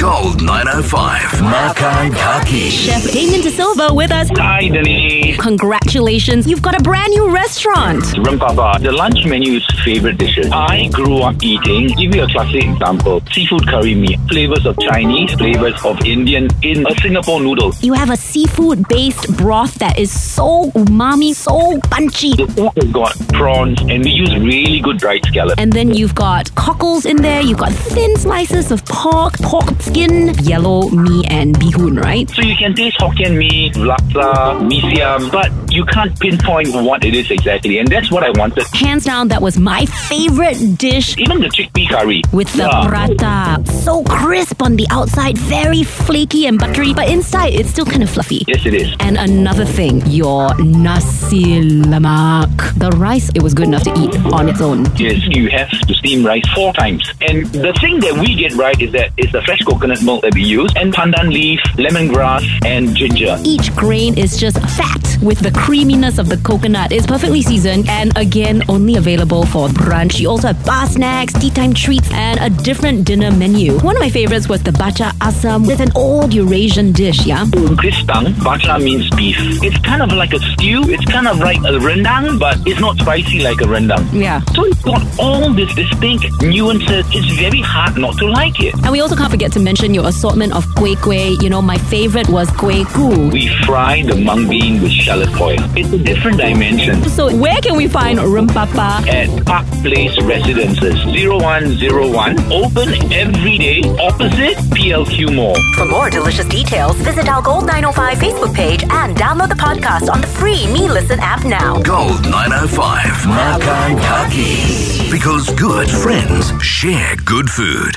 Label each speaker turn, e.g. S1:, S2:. S1: Gold 905. Makan Kaki.
S2: Chef Damon De Silva with us.
S3: Hi, Denise.
S2: Congratulations, you've got a brand new restaurant.
S3: Rum kebab. The lunch menu is favorite dishes. I grew up eating. Give you a classic example: seafood curry meat, flavors of Chinese, flavors of Indian in a Singapore noodle.
S2: You have a seafood based broth that is so umami, so punchy.
S3: The pork has got prawns, and we use really good dried scallop.
S2: And then you've got cockles in there, you've got thin slices of pork, pork skin, yellow mee, and bihun, right?
S3: So you can taste Hokkien mee, laksa, mee siam, but you can't pinpoint what it is exactly, and that's what I wanted.
S2: Hands down, that was my favorite dish
S3: Even the chickpea curry
S2: with the
S3: Yeah.
S2: prata. So crisp on the outside, very flaky and buttery, but inside it's still kind of fluffy.
S3: Yes, it is.
S2: And another thing, your nasi lemak. The rice, it was good enough to eat on its own.
S3: Yes, you have to steam rice four times. And the thing that we get right is that it's the fresh coconut milk that we use, and pandan leaf, lemongrass, and ginger.
S2: Each grain is just fat with the creaminess of the coconut. It's perfectly seasoned and again only available for brunch. You also have bar snacks, tea time treats, and a different dinner menu. One of my favorites was the bacha asam with an old Eurasian dish, yeah?
S3: Kristang, bacha means beef. It's kind of like a stew. It's kind of like a rendang, but it's not spicy like a rendang.
S2: Yeah.
S3: So it's got all these distinct nuances. It's very hard not to like it.
S2: And we also can't forget to mention your assortment of kueh kueh. You know, my favorite was kueh ku.
S3: We fry the mung bean with shallot oil. It's a different dimension.
S2: So where can we find Rumpapa?
S3: at Park Place Residences, 0101. Open every day, opposite PLQ Mall.
S4: For more delicious details, visit our Gold 905 Facebook page and download the podcast on the free Me Listen app now.
S1: Gold 905. Makan Kaki. Because good friends share good food.